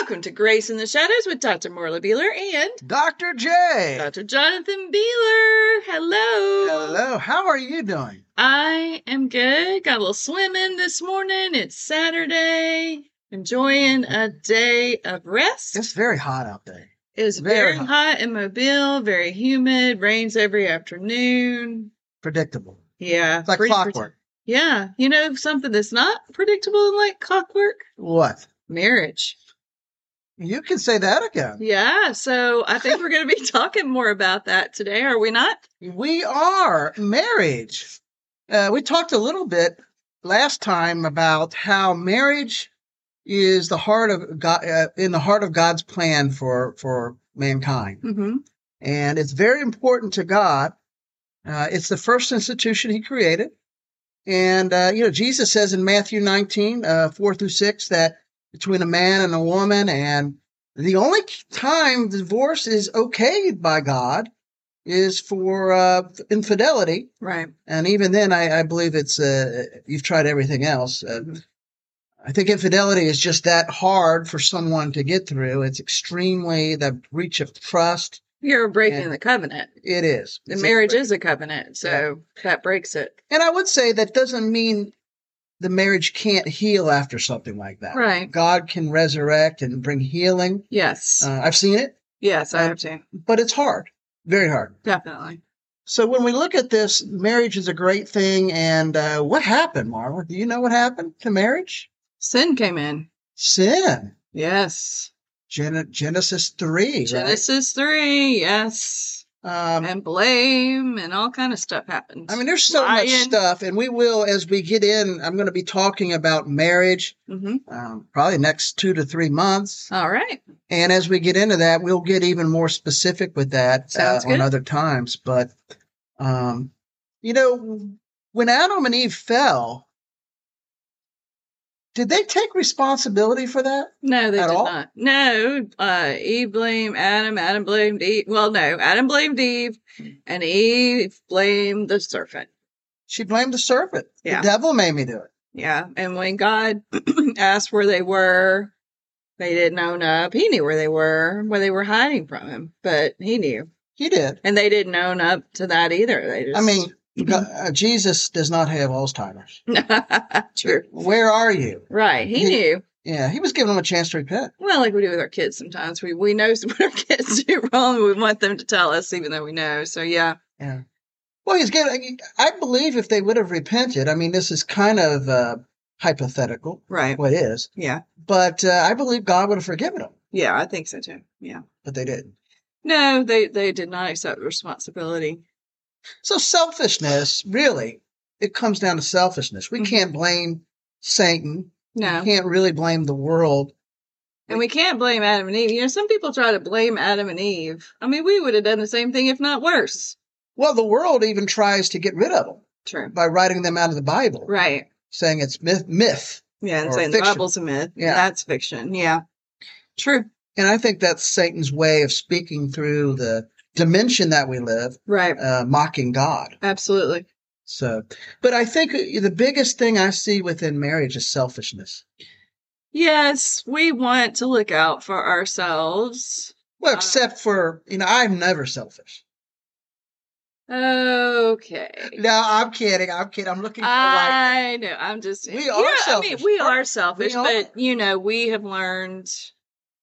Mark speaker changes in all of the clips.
Speaker 1: Welcome to Grace in the Shadows with Dr. Morla Beeler and
Speaker 2: Dr. J.
Speaker 1: Dr. Jonathan Beeler. Hello.
Speaker 2: Hello, how are you doing?
Speaker 1: I am good. Got a little swimming this morning. It's Saturday. Enjoying a day of rest.
Speaker 2: It's very hot out there.
Speaker 1: It is very,
Speaker 2: very
Speaker 1: hot.
Speaker 2: hot.
Speaker 1: in Mobile, very humid, rains every afternoon.
Speaker 2: Predictable.
Speaker 1: Yeah.
Speaker 2: It's like
Speaker 1: pretty-
Speaker 2: clockwork.
Speaker 1: yeah. You know something that's not predictable and like clockwork?
Speaker 2: What?
Speaker 1: Marriage.
Speaker 2: You can say that again.
Speaker 1: Yeah. So I think we're going to be talking more about that today, are we not?
Speaker 2: We are marriage. Uh, we talked a little bit last time about how marriage is the heart of God, uh, in the heart of God's plan for for mankind,
Speaker 1: Mm-hmm.
Speaker 2: and it's very important to God. Uh, it's the first institution He created, and uh, you know Jesus says in Matthew 19, uh, four through six that between a man and a woman, and the only time divorce is okayed by God is for uh, infidelity.
Speaker 1: Right.
Speaker 2: And even then, I, I believe it's uh, you've tried everything else. Uh,
Speaker 1: Mhm.
Speaker 2: I think infidelity is just that hard for someone to get through. It's extremely the breach of trust.
Speaker 1: You're breaking
Speaker 2: And-
Speaker 1: the covenant.
Speaker 2: It is.
Speaker 1: The
Speaker 2: It's-
Speaker 1: marriage is a covenant, so that breaks it.
Speaker 2: and I would say that doesn't mean the marriage can't heal after something like that.
Speaker 1: Right.
Speaker 2: God can resurrect and bring healing.
Speaker 1: Yes.
Speaker 2: Uh, I've seen it,
Speaker 1: yes, I
Speaker 2: uh,
Speaker 1: have to.
Speaker 2: but it's hard, very hard.
Speaker 1: Definitely.
Speaker 2: So when we look at this, marriage is a great thing. And uh, what happened, Marla? Do you know what happened to marriage?
Speaker 1: Sin came in.
Speaker 2: Sin.
Speaker 1: Yes.
Speaker 2: Gen- Genesis three. right?
Speaker 1: Genesis 3. Yes.
Speaker 2: Um,
Speaker 1: and blame and all kind of stuff happens.
Speaker 2: I mean, there's so much
Speaker 1: Lying.
Speaker 2: stuff, and we will as we get in. I'm going to be talking about marriage
Speaker 1: Mhm.
Speaker 2: um, probably next two to three months,
Speaker 1: All right.
Speaker 2: and as we get into that, we'll get even more specific with that uh,
Speaker 1: Sounds good.
Speaker 2: on other times. But um, you know, when Adam and Eve fell, did they take responsibility for that?
Speaker 1: No, they
Speaker 2: At
Speaker 1: did
Speaker 2: all?
Speaker 1: not. No, uh, Eve blamed Adam. Adam blamed Eve. Well, no, Adam blamed Eve,
Speaker 2: Hmm.
Speaker 1: and Eve blamed the serpent.
Speaker 2: She blamed the serpent.
Speaker 1: Yeah.
Speaker 2: The devil made me do it.
Speaker 1: Yeah, and when God asked where they were, they didn't own up. He knew where they were, where they were hiding from him, but he knew,
Speaker 2: He did.
Speaker 1: and they didn't own up to that either. They just,
Speaker 2: I mean, God, uh, Jesus does not have Alzheimer's.
Speaker 1: true,
Speaker 2: Where are you?
Speaker 1: right? He
Speaker 2: He-
Speaker 1: knew.
Speaker 2: Yeah, he was giving them a chance to repent.
Speaker 1: Well, like we do with our kids sometimes. We we know what our kids do wrong. We want them to tell us, even though we know. So yeah,
Speaker 2: Yeah. Well, he's giving. I believe if they would have repented, I mean, this is kind of uh, hypothetical.
Speaker 1: right.
Speaker 2: What is?
Speaker 1: Yeah,
Speaker 2: But uh, I believe God would have forgiven them,
Speaker 1: yeah, I think so too. Yeah.
Speaker 2: but they didn't.
Speaker 1: No, they they did not accept responsibility.
Speaker 2: So selfishness, really, it comes down to selfishness. We
Speaker 1: Mhm.
Speaker 2: can't blame Satan.
Speaker 1: No,
Speaker 2: We can't really blame the world.
Speaker 1: And we can't blame Adam and Eve. You know, some people try to blame Adam and Eve. I mean, we would have done the same thing, if not worse.
Speaker 2: Well, the world even tries to get rid of them
Speaker 1: True.
Speaker 2: by writing them out of the Bible,
Speaker 1: Right.
Speaker 2: saying it's myth. Myth.
Speaker 1: Yeah, and
Speaker 2: Or
Speaker 1: saying the
Speaker 2: fiction.
Speaker 1: Bible's a myth.
Speaker 2: Yeah.
Speaker 1: That's fiction. Yeah. True.
Speaker 2: And I think that's Satan's way of speaking through the dimension that we live,
Speaker 1: Right.
Speaker 2: uh, mocking God.
Speaker 1: Absolutely.
Speaker 2: So, but I think uh, the biggest thing I see within marriage is selfishness.
Speaker 1: Yes, we want to look out for ourselves.
Speaker 2: Well,
Speaker 1: Uh,
Speaker 2: except for, you know, I'm never selfish.
Speaker 1: Okay.
Speaker 2: No, I'm kidding. I'm kidding. I'm looking for like,
Speaker 1: I know. I'm just.
Speaker 2: We
Speaker 1: you
Speaker 2: are
Speaker 1: know, I
Speaker 2: selfish.
Speaker 1: mean, we
Speaker 2: We
Speaker 1: are selfish,
Speaker 2: are.
Speaker 1: but you know, we have learned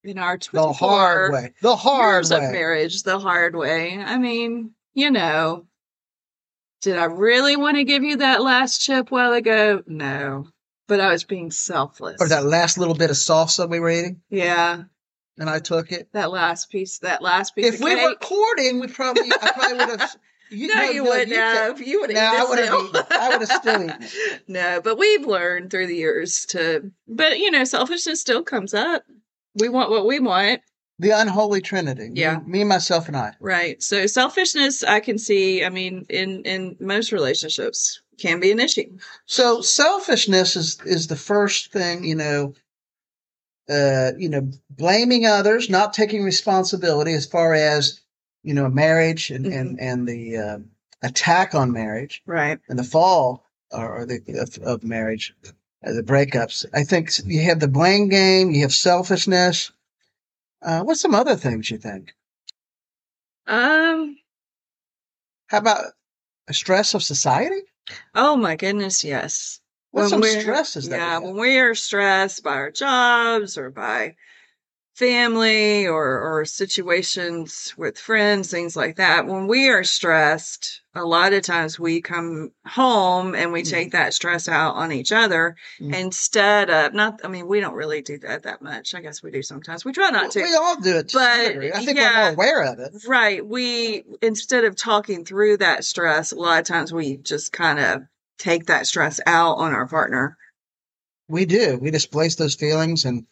Speaker 1: in our
Speaker 2: the
Speaker 1: 24
Speaker 2: hard way. The hard
Speaker 1: years of
Speaker 2: way.
Speaker 1: marriage the hard way. I mean, you know, did I really want to give you that last chip while ago? No, but I was being selfless.
Speaker 2: Or Oh, that last little bit of salsa we were eating,
Speaker 1: yeah,
Speaker 2: and I took it.
Speaker 1: that last piece, that last piece.
Speaker 2: If
Speaker 1: of
Speaker 2: we
Speaker 1: cake.
Speaker 2: were recording, we probably, I probably would have. You,
Speaker 1: no, you wouldn't
Speaker 2: you can't-
Speaker 1: have. You would
Speaker 2: No, I
Speaker 1: have.
Speaker 2: would've eaten it. I would've still eaten
Speaker 1: No, but we've learned through the years to. But you know, selfishness still comes up. We want what we want.
Speaker 2: The unholy trinity. Me-
Speaker 1: Yeah.
Speaker 2: Me, myself, and I.
Speaker 1: Right. So selfishness I can see, I mean, in in most relationships can be an issue.
Speaker 2: So selfishness is is the first thing, you know. Uh, you know, blaming others, not taking responsibility as far as you know, marriage and and
Speaker 1: Mm-hmm.
Speaker 2: and the uh, attack on marriage
Speaker 1: Right.
Speaker 2: and the fall or, or the of, of marriage, uh, the breakups. I think you have the blame game, you have selfishness, Uh, what's some other things you think?
Speaker 1: Um.
Speaker 2: How about a stress of society?
Speaker 1: Oh my goodness. Yes.
Speaker 2: What's some
Speaker 1: we're-
Speaker 2: stresses that we
Speaker 1: yeah
Speaker 2: have?
Speaker 1: when we are stressed by our jobs or by family or or situations with friends things like that when we are stressed a lot of times we come home and we
Speaker 2: Mhm.
Speaker 1: take that stress out on each other
Speaker 2: Mhm.
Speaker 1: instead of not i mean we don't really do that that much i guess we do sometimes we try not to
Speaker 2: We all do it. To
Speaker 1: But,
Speaker 2: some degree. I think
Speaker 1: yeah.
Speaker 2: we're more aware of it.
Speaker 1: Right. We, instead of talking through that stress, a lot of times we just kind of take that stress out on our partner.
Speaker 2: We do. We displace those feelings, and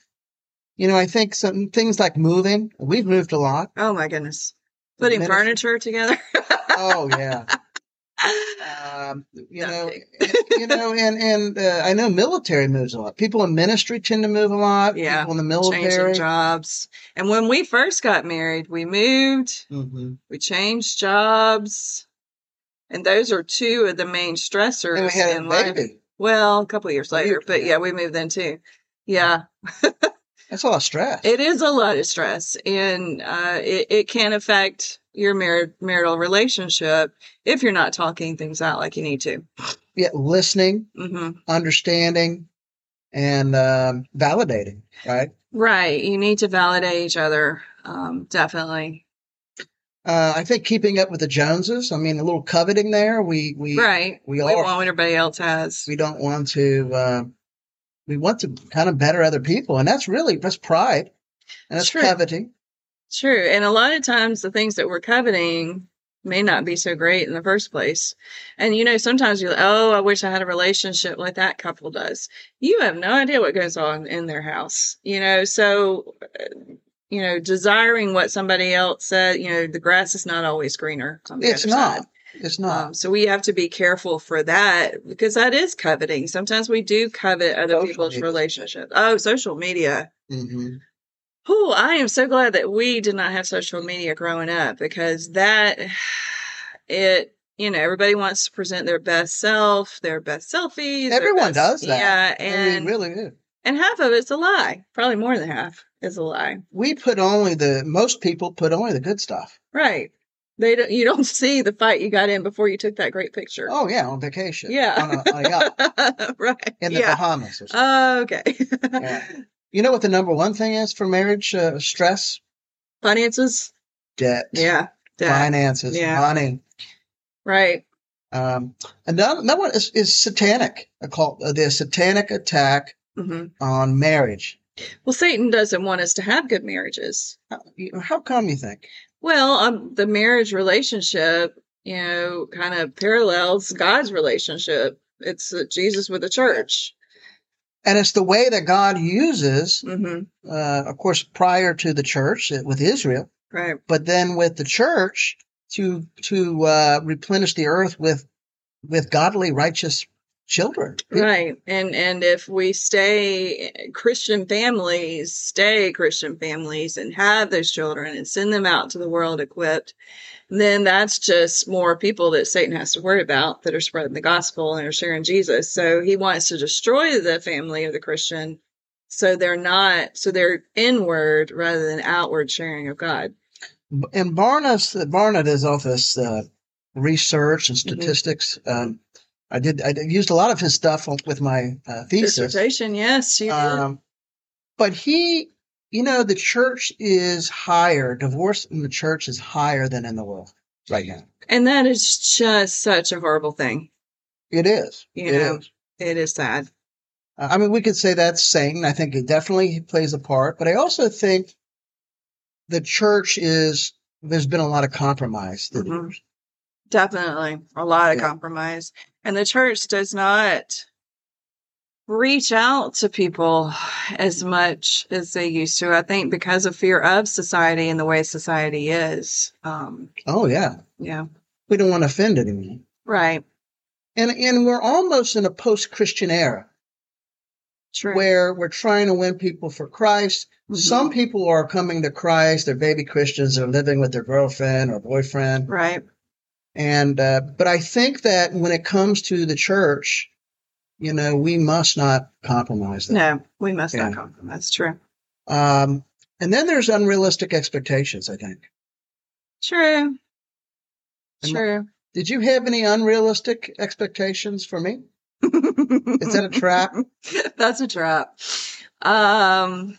Speaker 2: you know, I think some things like moving. We've moved a lot.
Speaker 1: Oh my goodness. Putting
Speaker 2: Medicine.
Speaker 1: furniture together.
Speaker 2: Oh yeah. um, you
Speaker 1: No,
Speaker 2: know, eh,
Speaker 1: big.
Speaker 2: you know, and and uh, I know military moves a lot. People in ministry tend to move a lot.
Speaker 1: Yeah.
Speaker 2: People in the
Speaker 1: Changing
Speaker 2: military.
Speaker 1: jobs. And when we first got married, we moved,
Speaker 2: Mhm.
Speaker 1: we changed jobs. And those are two of the main stressors
Speaker 2: And we had a
Speaker 1: in life.
Speaker 2: baby.
Speaker 1: Well, a couple of years
Speaker 2: A
Speaker 1: later,
Speaker 2: year-
Speaker 1: but
Speaker 2: yeah.
Speaker 1: yeah, we moved then too. Yeah.
Speaker 2: That's a lot of stress.
Speaker 1: It is a lot of stress, and uh, it, it can affect your mar- marital relationship if you're not talking things out like you need to.
Speaker 2: Yeah, listening,
Speaker 1: hmm
Speaker 2: understanding, and um, validating. Right.
Speaker 1: Right. You need to validate each other. Um, definitely.
Speaker 2: Uh, I think keeping up with the Joneses. I mean, a little coveting there. We we
Speaker 1: Right.
Speaker 2: we
Speaker 1: We
Speaker 2: all
Speaker 1: want what everybody else has.
Speaker 2: we don't want to. Uh, we want to kind of better other people, and that's really that's pride, and that's
Speaker 1: Sure.
Speaker 2: coveting.
Speaker 1: True. And a lot of times the things that we're coveting may not be so great in the first place. And you know, sometimes you're like, oh, I wish I had a relationship like that couple does. You have no idea what goes on in their house, you know? So, uh, you know, desiring what somebody else said, you know, the grass is not always greener. on the
Speaker 2: It's
Speaker 1: other
Speaker 2: not.
Speaker 1: side.
Speaker 2: It's not.
Speaker 1: Um, so we have to be careful for that because that is coveting. Sometimes we do covet other
Speaker 2: Social
Speaker 1: people's
Speaker 2: media.
Speaker 1: relationships. Oh, social media.
Speaker 2: hmm
Speaker 1: Oh, I am so glad that we did not have social media growing up because that it you know everybody wants to present their best self, their best selfies. their
Speaker 2: Everyone
Speaker 1: best-
Speaker 2: does that.
Speaker 1: Yeah,
Speaker 2: And
Speaker 1: and
Speaker 2: we really do.
Speaker 1: and half of it's a lie. Probably more than half is a lie.
Speaker 2: We put only the most people put only the good stuff.
Speaker 1: Right? They don't. You don't see the fight you got in before you took that great picture.
Speaker 2: Oh yeah, on vacation.
Speaker 1: Yeah.
Speaker 2: on a, on a yacht
Speaker 1: right.
Speaker 2: in the
Speaker 1: yeah. Uh,
Speaker 2: Bahamas. Or something.
Speaker 1: okay.
Speaker 2: Yeah. you know what the number one thing is for marriage? Uh, stress,
Speaker 1: Finances.
Speaker 2: debt,
Speaker 1: Yeah. Yeah.
Speaker 2: finances,
Speaker 1: Yeah.
Speaker 2: money.
Speaker 1: Right.
Speaker 2: Um, another, another one is, is satanic occult, uh, the satanic attack
Speaker 1: hmm
Speaker 2: on marriage.
Speaker 1: Well, Satan doesn't want us to have good marriages.
Speaker 2: How, you- how come you think?
Speaker 1: Well, um, the marriage relationship, you know, kind of parallels God's relationship. It's uh, Jesus with the church.
Speaker 2: And it's the way that God uses,
Speaker 1: hmm
Speaker 2: uh, of course, prior to the church uh, with Israel,
Speaker 1: Right.
Speaker 2: but then with the church to to uh, replenish the earth with with godly, righteous children.
Speaker 1: Right. And and if we stay eh, Christian families, stay Christian families and have those children and send them out to the world equipped, then that's just more people that Satan has to worry about that are spreading the gospel and are sharing Jesus. So he wants to destroy the family of the Christian so they're not so they're inward rather than outward sharing of God.
Speaker 2: And Barna's Barna does all this uh, research and
Speaker 1: Mm-hmm.
Speaker 2: statistics. Um, I did I did- used a lot of his stuff on- with my uh, thesis.
Speaker 1: Dissertation, yes, you did.
Speaker 2: Um, but he, you know, the church is higher. Divorce in the church is higher than in the world right now.
Speaker 1: and that is just such a horrible thing.
Speaker 2: It is.
Speaker 1: You
Speaker 2: It
Speaker 1: know.
Speaker 2: is.
Speaker 1: It is sad.
Speaker 2: Uh, I mean, we could say that's Satan. I think it definitely plays a part. But I also think the church is. There's been a lot of compromise. through the
Speaker 1: Mhm.
Speaker 2: years.
Speaker 1: Definitely a lot of
Speaker 2: Yeah.
Speaker 1: compromise. And the church does not reach out to people as much as they used to. I think because of fear of society and the way society is. Um,
Speaker 2: Oh yeah,
Speaker 1: yeah,
Speaker 2: we don't want to offend anyone.
Speaker 1: right.
Speaker 2: and and we're almost in a post-christian era
Speaker 1: True.
Speaker 2: where we're trying to win people for christ
Speaker 1: Mhm.
Speaker 2: some people are coming to christ they're baby christians they're living with their girlfriend or boyfriend
Speaker 1: right.
Speaker 2: and uh, but i think that when it comes to the church you know we must not compromise that
Speaker 1: No, we must
Speaker 2: Yeah.
Speaker 1: not compromise. True.
Speaker 2: um, And then there's unrealistic expectations, I think.
Speaker 1: True.
Speaker 2: And
Speaker 1: True.
Speaker 2: Did you have any unrealistic expectations for me? Is that a trap?
Speaker 1: That's a trap. Um,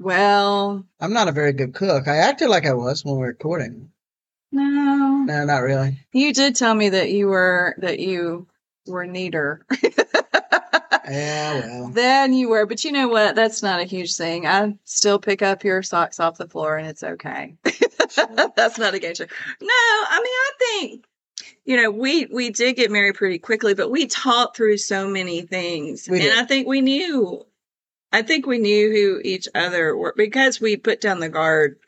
Speaker 1: well,
Speaker 2: I'm not a very good cook. I acted like I was when we were recording.
Speaker 1: no.
Speaker 2: No, not really.
Speaker 1: You did tell me that you were that you were neater.
Speaker 2: Yeah, well.
Speaker 1: Then you were, but you know what? That's not a huge thing. I still pick up your socks off the floor and it's okay. That's not a game show. No, I mean, I think, you know, we we did get married pretty quickly, but we talked through so many things.
Speaker 2: We did.
Speaker 1: and I think we knew, I think we knew who each other were because we put down the guard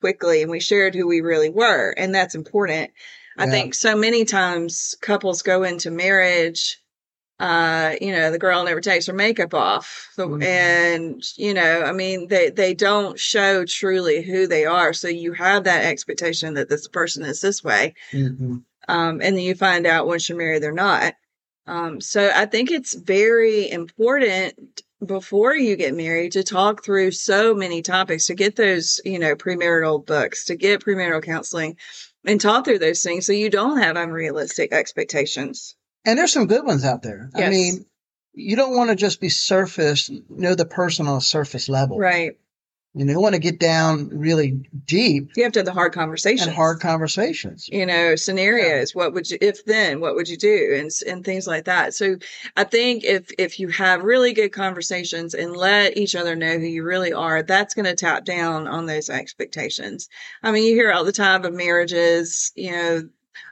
Speaker 1: quickly and we shared who we really were. And that's important. I
Speaker 2: Yeah.
Speaker 1: think so many times couples go into marriage uh, you know, the girl never takes her makeup off. So,
Speaker 2: Mhm.
Speaker 1: And, you know, I mean, they, they don't show truly who they are. So you have that expectation that this person is this way.
Speaker 2: Mhm.
Speaker 1: Um, and then you find out once you're married, they're not. Um, so I think it's very important before you get married to talk through so many topics, to get those, you know, premarital books, to get premarital counseling and talk through those things so you don't have unrealistic expectations.
Speaker 2: And there's some good ones out there. I
Speaker 1: Yes.
Speaker 2: mean, you don't want to just be surface, know the person on a surface level.
Speaker 1: Right.
Speaker 2: You know, you want to get down really deep
Speaker 1: You have to have the hard conversations.
Speaker 2: and hard conversations.
Speaker 1: you know scenarios what would you if then what would you do and s- and things like that so i think if if you have really good conversations and let each other know who you really are that's going to tap down on those expectations i mean you hear all the time of marriages you know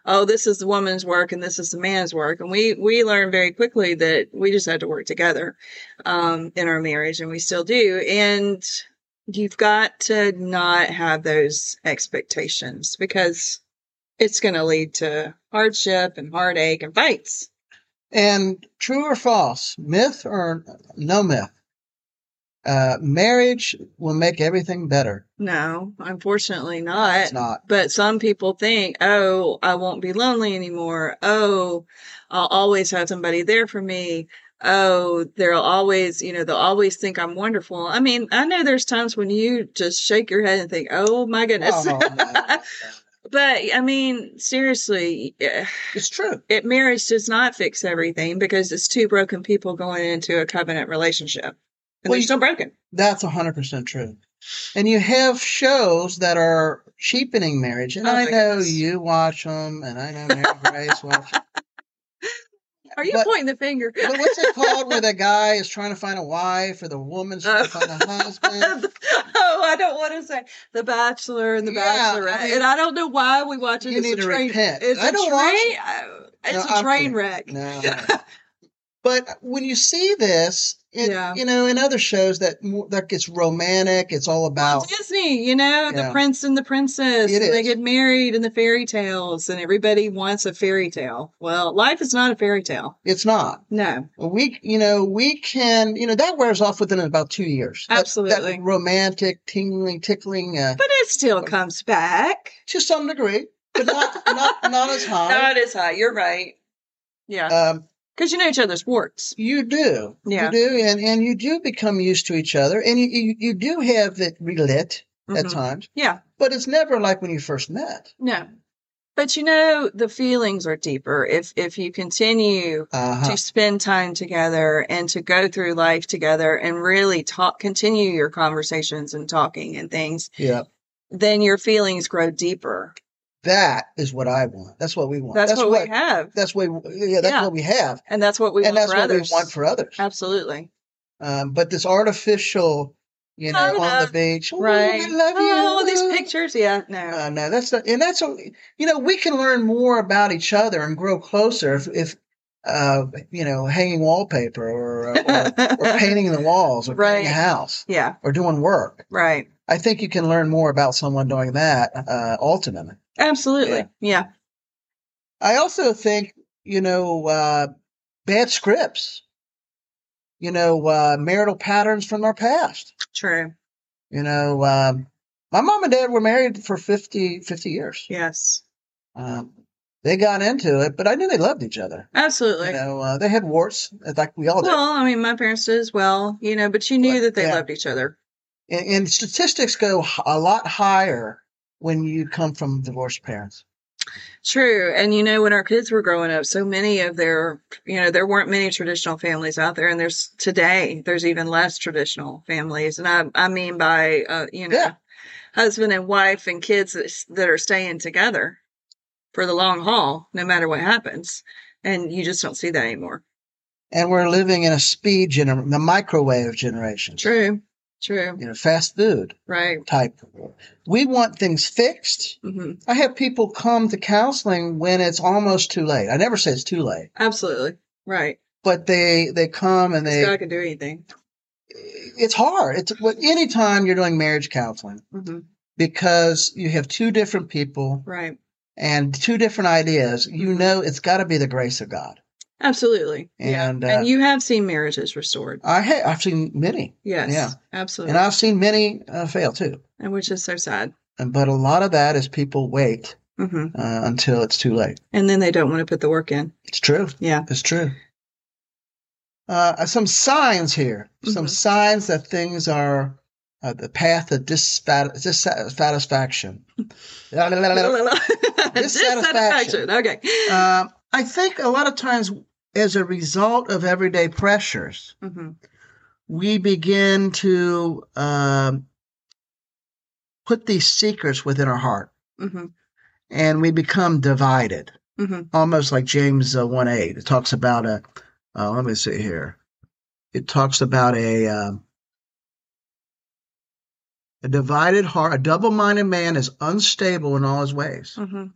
Speaker 1: oh this is the woman's work and this is the man's work and we we learned very quickly that we just had to work together um in our marriage and we still do and you've got to not have those expectations because it's going to lead to hardship and heartache and fights.
Speaker 2: And true or false, myth or no myth, uh, marriage will make everything better.
Speaker 1: No, unfortunately not.
Speaker 2: It's not.
Speaker 1: But some people think, oh, I won't be lonely anymore. Oh, I'll always have somebody there for me. Oh, they'll always, you know, they'll always think I'm wonderful. I mean, I know there's times when you just shake your head and think, oh my goodness.
Speaker 2: Oh, no, no, no.
Speaker 1: but I mean, seriously, eh,
Speaker 2: It's true.
Speaker 1: it marriage does not fix everything because it's two broken people going into a covenant relationship. And
Speaker 2: Well,
Speaker 1: they're
Speaker 2: you-
Speaker 1: still broken.
Speaker 2: That's 100% true. And you have shows that are cheapening marriage. And
Speaker 1: Oh,
Speaker 2: I
Speaker 1: my
Speaker 2: know
Speaker 1: goodness.
Speaker 2: you watch them, and I know Mary Grace watches
Speaker 1: Are you
Speaker 2: But-
Speaker 1: pointing the finger?
Speaker 2: But what's it called where the guy is trying to find a wife or the woman's trying to
Speaker 1: Oh.
Speaker 2: find a husband?
Speaker 1: oh, I don't want to say The Bachelor and The
Speaker 2: Yeah,
Speaker 1: Bachelorette,
Speaker 2: I mean-
Speaker 1: and I don't know why we watch it.
Speaker 2: You
Speaker 1: it's
Speaker 2: need
Speaker 1: a
Speaker 2: to
Speaker 1: train.
Speaker 2: repent.
Speaker 1: It's
Speaker 2: I
Speaker 1: a
Speaker 2: don't
Speaker 1: train.
Speaker 2: watch it.
Speaker 1: I- It's
Speaker 2: No,
Speaker 1: a
Speaker 2: I'm
Speaker 1: train
Speaker 2: kidding.
Speaker 1: wreck.
Speaker 2: No. But uh, when you see this, it,
Speaker 1: Yeah.
Speaker 2: you know, in other shows that more- that gets romantic, it's all about
Speaker 1: Disney, you know,
Speaker 2: Yeah.
Speaker 1: the prince and the princess,
Speaker 2: It
Speaker 1: and they
Speaker 2: is.
Speaker 1: get married in the fairy tales, and everybody wants a fairy tale. Well, life is not a fairy tale.
Speaker 2: it's not.
Speaker 1: No,
Speaker 2: We, you know, we can, you know, that wears off within about two years. That-
Speaker 1: Absolutely.
Speaker 2: that romantic, tingling, tickling, uh,
Speaker 1: but it still comes back.
Speaker 2: to some degree, but not not not as high.
Speaker 1: Not as high. You're right. Yeah,
Speaker 2: Um,
Speaker 1: because you know each other's warts.
Speaker 2: You do.
Speaker 1: Yeah.
Speaker 2: You do. And, and you do become used to each other and you, you, you do have it relit at
Speaker 1: Mhm.
Speaker 2: times,
Speaker 1: Yeah.
Speaker 2: but it's never like when you first met.
Speaker 1: No. But you know, the feelings are deeper if if you continue
Speaker 2: Uh-huh.
Speaker 1: to spend time together and to go through life together and really talk continue your conversations and talking and things,
Speaker 2: Yeah.
Speaker 1: then your feelings grow deeper.
Speaker 2: That is what I want. That's what we want.
Speaker 1: That's, what, we have.
Speaker 2: that's what, yeah, that's
Speaker 1: Yeah.
Speaker 2: what we have.
Speaker 1: And that's what we want
Speaker 2: and that's
Speaker 1: for
Speaker 2: what
Speaker 1: others.
Speaker 2: we want for others.
Speaker 1: Absolutely.
Speaker 2: Um, but this artificial, you know,
Speaker 1: Love
Speaker 2: on the
Speaker 1: love.
Speaker 2: beach, "Oh,
Speaker 1: Right.
Speaker 2: I love you.
Speaker 1: Oh, these pictures. Yeah, no.
Speaker 2: Uh, no, that's not, and that's a, you know we can learn more about each other and grow closer if, if uh, you know hanging wallpaper or, or, or Uh, painting the walls or painting a
Speaker 1: Right.
Speaker 2: house
Speaker 1: yeah,
Speaker 2: or doing work.
Speaker 1: right.
Speaker 2: I think you can learn more about someone doing that uh, ultimately.
Speaker 1: Absolutely. Yeah.
Speaker 2: I also think you know uh, bad scripts, you know uh, marital patterns from our past.
Speaker 1: True.
Speaker 2: You know, um, my mom and dad were married for 50, 50 years.
Speaker 1: Yes.
Speaker 2: Um, they got into it, but I knew they loved each other.
Speaker 1: Absolutely.
Speaker 2: You know, uh, they had warts like we all did.
Speaker 1: Well, I mean, my parents did as well, you know, but you knew that they
Speaker 2: Yeah.
Speaker 1: loved each other.
Speaker 2: And, and statistics go h- a lot higher when you come from divorced parents.
Speaker 1: True. And you know, when our kids were growing up, so many of their, you know, there weren't many traditional families out there. And there's today, there's even less traditional families. And I, I mean by, uh, you know,
Speaker 2: Yeah.
Speaker 1: husband and wife and kids that, s- that are staying together for the long haul, no matter what happens. And you just don't see that anymore.
Speaker 2: And we're living in a speed gener- the microwave generation.
Speaker 1: True. True.
Speaker 2: You know, fast food
Speaker 1: Right.
Speaker 2: type. We want things fixed.
Speaker 1: hmm
Speaker 2: I have people come to counseling when it's almost too late. I never say it's too late,
Speaker 1: Absolutely. Right.
Speaker 2: but they they come and they
Speaker 1: God can do anything.
Speaker 2: it's hard. It's what anytime you're doing marriage counseling
Speaker 1: hmm
Speaker 2: because you have two different people
Speaker 1: Right.
Speaker 2: and two different ideas. You know, it's got to be the grace of God.
Speaker 1: Absolutely. yeah.
Speaker 2: And, uh,
Speaker 1: and you have seen marriages restored.
Speaker 2: I ha- I've seen many,
Speaker 1: Yes.
Speaker 2: Yeah.
Speaker 1: Absolutely.
Speaker 2: and I've seen many uh, fail too.
Speaker 1: and which is so sad.
Speaker 2: And, but a lot of that is people wait
Speaker 1: hmm
Speaker 2: uh, until it's too late.
Speaker 1: And then they don't want to put the work in.
Speaker 2: It's true.
Speaker 1: Yeah.
Speaker 2: It's true. Uh, some signs here. Some
Speaker 1: Mhm.
Speaker 2: signs that things are uh, the path of dissat- dissatisfaction. Dissatisfaction.
Speaker 1: Dissatisfaction. Okay.
Speaker 2: Um, I think a lot of times, as a result of everyday pressures,
Speaker 1: hmm
Speaker 2: we begin to um, put these secrets within our heart,
Speaker 1: hmm
Speaker 2: and we become divided,
Speaker 1: hmm
Speaker 2: almost like James uh, one eight. It talks about a. Uh, let me see here. It talks about a. Um, a divided heart, a double minded man is unstable in all his ways.
Speaker 1: hmm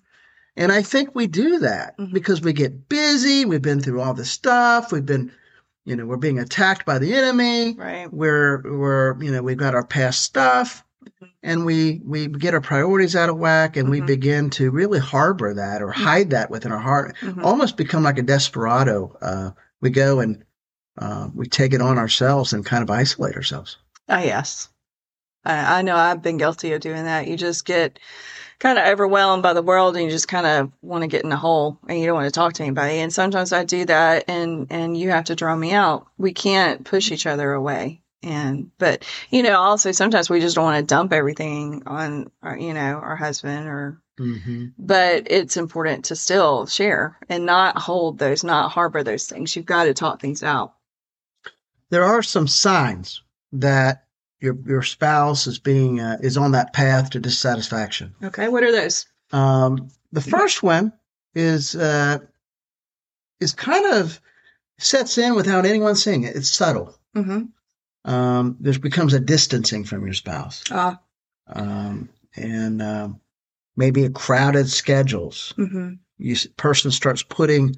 Speaker 2: And I think we do that
Speaker 1: Mhm.
Speaker 2: because we get busy. We've been through all this stuff. We've been, you know, we're being attacked by the enemy.
Speaker 1: Right.
Speaker 2: We're, we're, you know, we've got our past stuff
Speaker 1: Mhm.
Speaker 2: and we, we get our priorities out of whack and we
Speaker 1: Mhm.
Speaker 2: begin to really harbor that or hide that within our heart,
Speaker 1: hmm
Speaker 2: almost become like a desperado. Uh, we go and, uh, we take it on ourselves and kind of isolate ourselves.
Speaker 1: Oh, yes. I, I know I've been guilty of doing that. You just get kind of overwhelmed by the world and you just kind of want to get in a hole and you don't want to talk to anybody. And sometimes I do that and, and you have to draw me out. We can't push each other away. And, but, you know, also sometimes we just don't want to dump everything on, our, you know, our husband or
Speaker 2: Mm-hmm.
Speaker 1: but it's important to still share and not hold those, not harbor those things. You've got to talk things out.
Speaker 2: There are some signs that your, your spouse is being, uh, is on that path to dissatisfaction.
Speaker 1: Okay, what are those?
Speaker 2: Um, the first one is uh, is kind of sets in without anyone seeing it. It's subtle.
Speaker 1: Mm-hmm.
Speaker 2: Um, there becomes a distancing from your spouse,
Speaker 1: Ah,
Speaker 2: um, and um, maybe a crowded schedules.
Speaker 1: mm-hmm.
Speaker 2: You s- person starts putting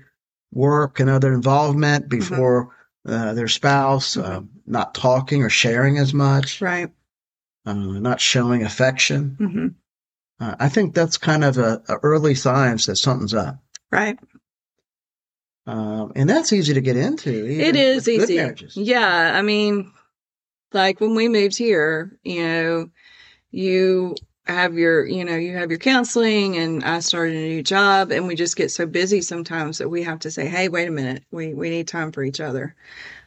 Speaker 2: work and other involvement before uh, their spouse.
Speaker 1: Mhm.
Speaker 2: Um, not talking or sharing as much.
Speaker 1: right.
Speaker 2: Uh, not showing affection.
Speaker 1: Mm-hmm.
Speaker 2: Uh, I think that's kind of a, a early signs that something's up.
Speaker 1: Right.
Speaker 2: Um, and that's easy to get into. even
Speaker 1: It is
Speaker 2: with good
Speaker 1: easy.
Speaker 2: marriages.
Speaker 1: Yeah. I mean, like when we moved here, you know, you have your, you know, you have your counseling and I started a new job and we just get so busy sometimes that we have to say, Hey, wait a minute. We, we need time for each other.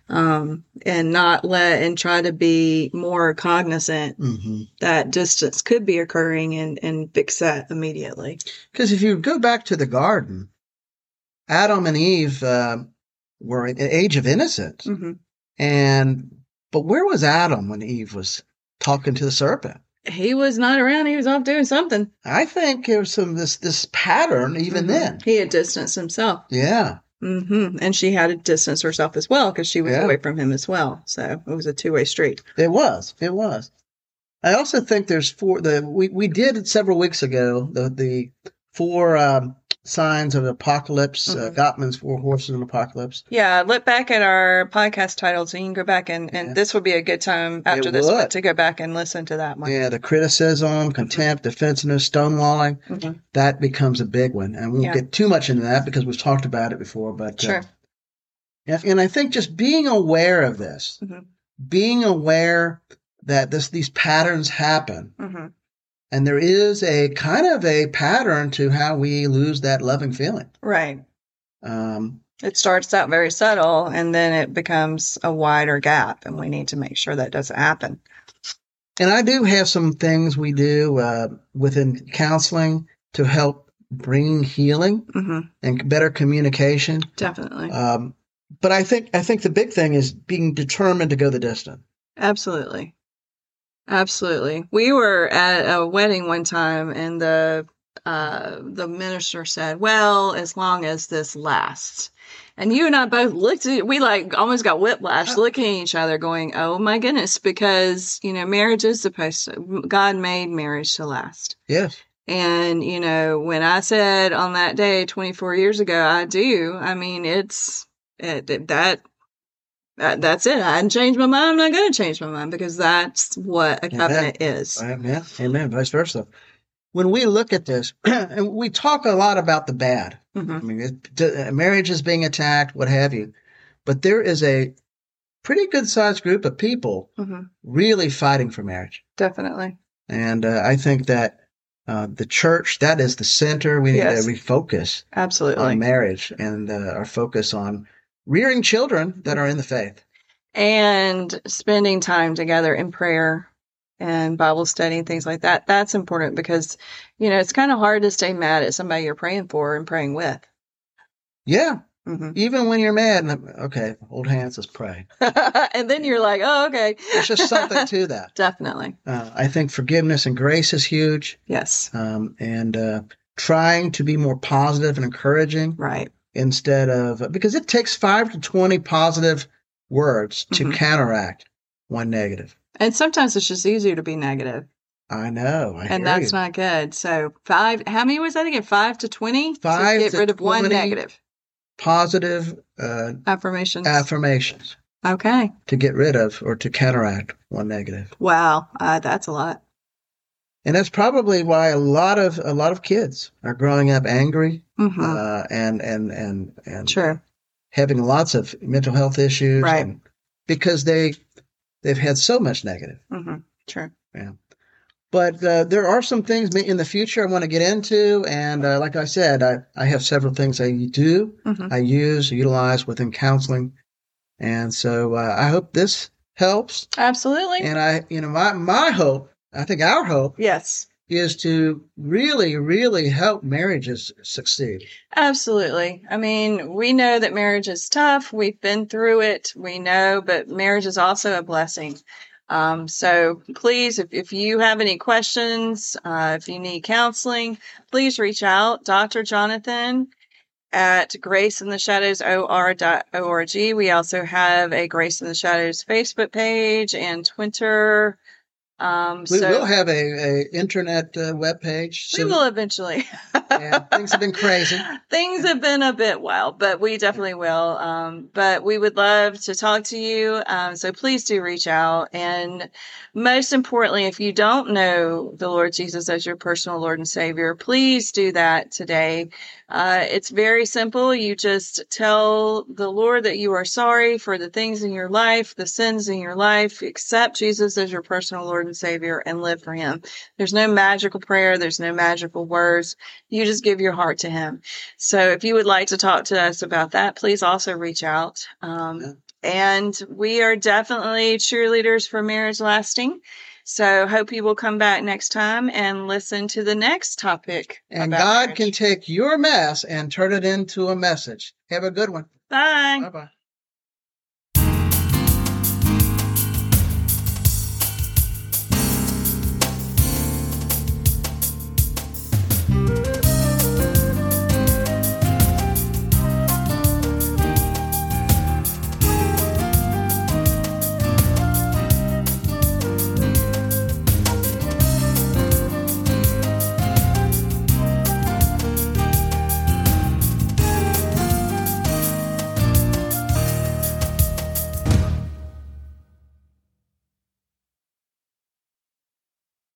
Speaker 1: Um, and not let, and try to be more cognizant
Speaker 2: Mhm.
Speaker 1: that distance could be occurring and, and fix that immediately.
Speaker 2: 'Cause if you go back to the garden, Adam and Eve uh, were in an age of innocence,
Speaker 1: hmm
Speaker 2: and but where was Adam when Eve was talking to the serpent?
Speaker 1: He was not around. He was off doing something.
Speaker 2: I think there was some this this pattern even
Speaker 1: Mhm.
Speaker 2: then.
Speaker 1: He had distanced himself.
Speaker 2: Yeah,
Speaker 1: hmm And she had to distance herself as well because she was
Speaker 2: Yeah.
Speaker 1: away from him as well. So it was a two way street.
Speaker 2: it was. It was. I also think there's four. The we we did several weeks ago the the four um, signs of apocalypse.
Speaker 1: Mhm.
Speaker 2: Uh, Gottman's four horses of apocalypse.
Speaker 1: Yeah, look back at our podcast titles and you can go back and, and
Speaker 2: Yeah.
Speaker 1: this would be a good time after
Speaker 2: It
Speaker 1: this one
Speaker 2: would.
Speaker 1: to go back and listen to that one.
Speaker 2: Yeah, the
Speaker 1: Mm-hmm.
Speaker 2: criticism, contempt, defensiveness, stonewalling,
Speaker 1: Mhm.
Speaker 2: that becomes a big one. And we won't
Speaker 1: Yeah.
Speaker 2: get too much into that because we've talked about it before. But uh,
Speaker 1: Sure.
Speaker 2: and, and I think just being aware of this,
Speaker 1: Mhm.
Speaker 2: being aware that this these patterns happen,
Speaker 1: hmm
Speaker 2: and there is a kind of a pattern to how we lose that loving feeling.
Speaker 1: Right.
Speaker 2: Um,
Speaker 1: It starts out very subtle and then it becomes a wider gap, and we need to make sure that doesn't happen.
Speaker 2: And I do have some things we do uh, within counseling to help bring healing
Speaker 1: hmm
Speaker 2: and better communication.
Speaker 1: Definitely.
Speaker 2: Um, but I think I think the big thing is being determined to go the distance.
Speaker 1: Absolutely. Absolutely. We were at a wedding one time and the uh the minister said, "Well, as long as this lasts." And you and I both looked at we like almost got whiplash looking at each other going, "Oh my goodness," because, you know, marriage is supposed to God made marriage to last.
Speaker 2: Yes.
Speaker 1: And, you know, when I said on that day 24 years ago, I do, I mean, it's it, it- that, that, that's it. I didn't change my mind. I'm not going to change my mind because that's what a
Speaker 2: Yeah,
Speaker 1: covenant is.
Speaker 2: Amen. Amen. Vice versa. When we look at this, and we talk a lot about the bad.
Speaker 1: hmm
Speaker 2: I mean, it, d- uh, marriage is being attacked, what have you. But there is a pretty good sized group of people
Speaker 1: hmm
Speaker 2: really fighting for marriage.
Speaker 1: Definitely.
Speaker 2: And uh, I think that uh, the church, that is the center. We need
Speaker 1: Yes.
Speaker 2: to refocus
Speaker 1: Absolutely.
Speaker 2: on marriage and uh, our focus on rearing children that are in the faith.
Speaker 1: and spending time together in prayer and Bible study and things like that. That's important because, you know, it's kind of hard to stay mad at somebody you're praying for and praying with.
Speaker 2: Yeah,
Speaker 1: hmm
Speaker 2: even when you're mad. And, okay, old hands, let's pray.
Speaker 1: and then you're like, oh, okay.
Speaker 2: There's just something to that.
Speaker 1: Definitely.
Speaker 2: Uh, I think forgiveness and grace is huge.
Speaker 1: Yes.
Speaker 2: um, and uh, trying to be more positive and encouraging
Speaker 1: Right.
Speaker 2: instead of because it takes five to 20 positive words to
Speaker 1: Mhm.
Speaker 2: counteract one negative.
Speaker 1: And sometimes it's just easier to be negative,
Speaker 2: I know. I
Speaker 1: and
Speaker 2: hear
Speaker 1: that's
Speaker 2: you.
Speaker 1: not good. So five. How many was that again? Five to twenty.
Speaker 2: Five
Speaker 1: To get
Speaker 2: to
Speaker 1: rid of one
Speaker 2: 20.
Speaker 1: negative
Speaker 2: positive uh,
Speaker 1: affirmations.
Speaker 2: affirmations
Speaker 1: okay.
Speaker 2: to get rid of or to counteract one negative.
Speaker 1: Wow. Uh, that's a lot.
Speaker 2: And that's probably why a lot of a lot of kids are growing up angry
Speaker 1: hmm
Speaker 2: uh, and and and and
Speaker 1: True.
Speaker 2: having lots of mental health issues,
Speaker 1: Right.
Speaker 2: and- because they they've had so much negative.
Speaker 1: hmm True.
Speaker 2: But uh, there are some things in the future I want to get into, and uh, like I said, I, I have several things I do,
Speaker 1: hmm
Speaker 2: I use, utilize within counseling, and so uh, I hope this helps.
Speaker 1: Absolutely.
Speaker 2: And I, you know, my my hope, I think our hope
Speaker 1: yes.
Speaker 2: is to really, really help marriages succeed.
Speaker 1: Absolutely. I mean, we know that marriage is tough. We've been through it. We know, but marriage is also a blessing. Um, so please, if, if you have any questions, uh, if you need counseling, please reach out. Dr. Jonathan at graceintheshadowsor.org. We also have a Grace in the Shadows Facebook page and Twitter. Um,
Speaker 2: We
Speaker 1: so
Speaker 2: will have a, a internet uh, webpage.
Speaker 1: we will eventually.
Speaker 2: yeah, things have been crazy.
Speaker 1: Things have been a bit wild, but we definitely will. Um, but we would love to talk to you. Um, so please do reach out. And most importantly, if you don't know the Lord Jesus as your personal Lord and Savior, please do that today. Uh, it's very simple. You just tell the Lord that you are sorry for the things in your life, the sins in your life. Accept Jesus as your personal Lord and Savior and live for Him. There's no magical prayer, there's no magical words. You just give your heart to Him. So if you would like to talk to us about that, please also reach out. Um,
Speaker 2: Yeah.
Speaker 1: And we are definitely cheerleaders for marriage lasting. So hope you will come back next time and listen to the next topic.
Speaker 2: And
Speaker 1: about
Speaker 2: God
Speaker 1: marriage.
Speaker 2: can take your mess and turn it into a message. Have a good one.
Speaker 1: Bye.
Speaker 2: Bye bye.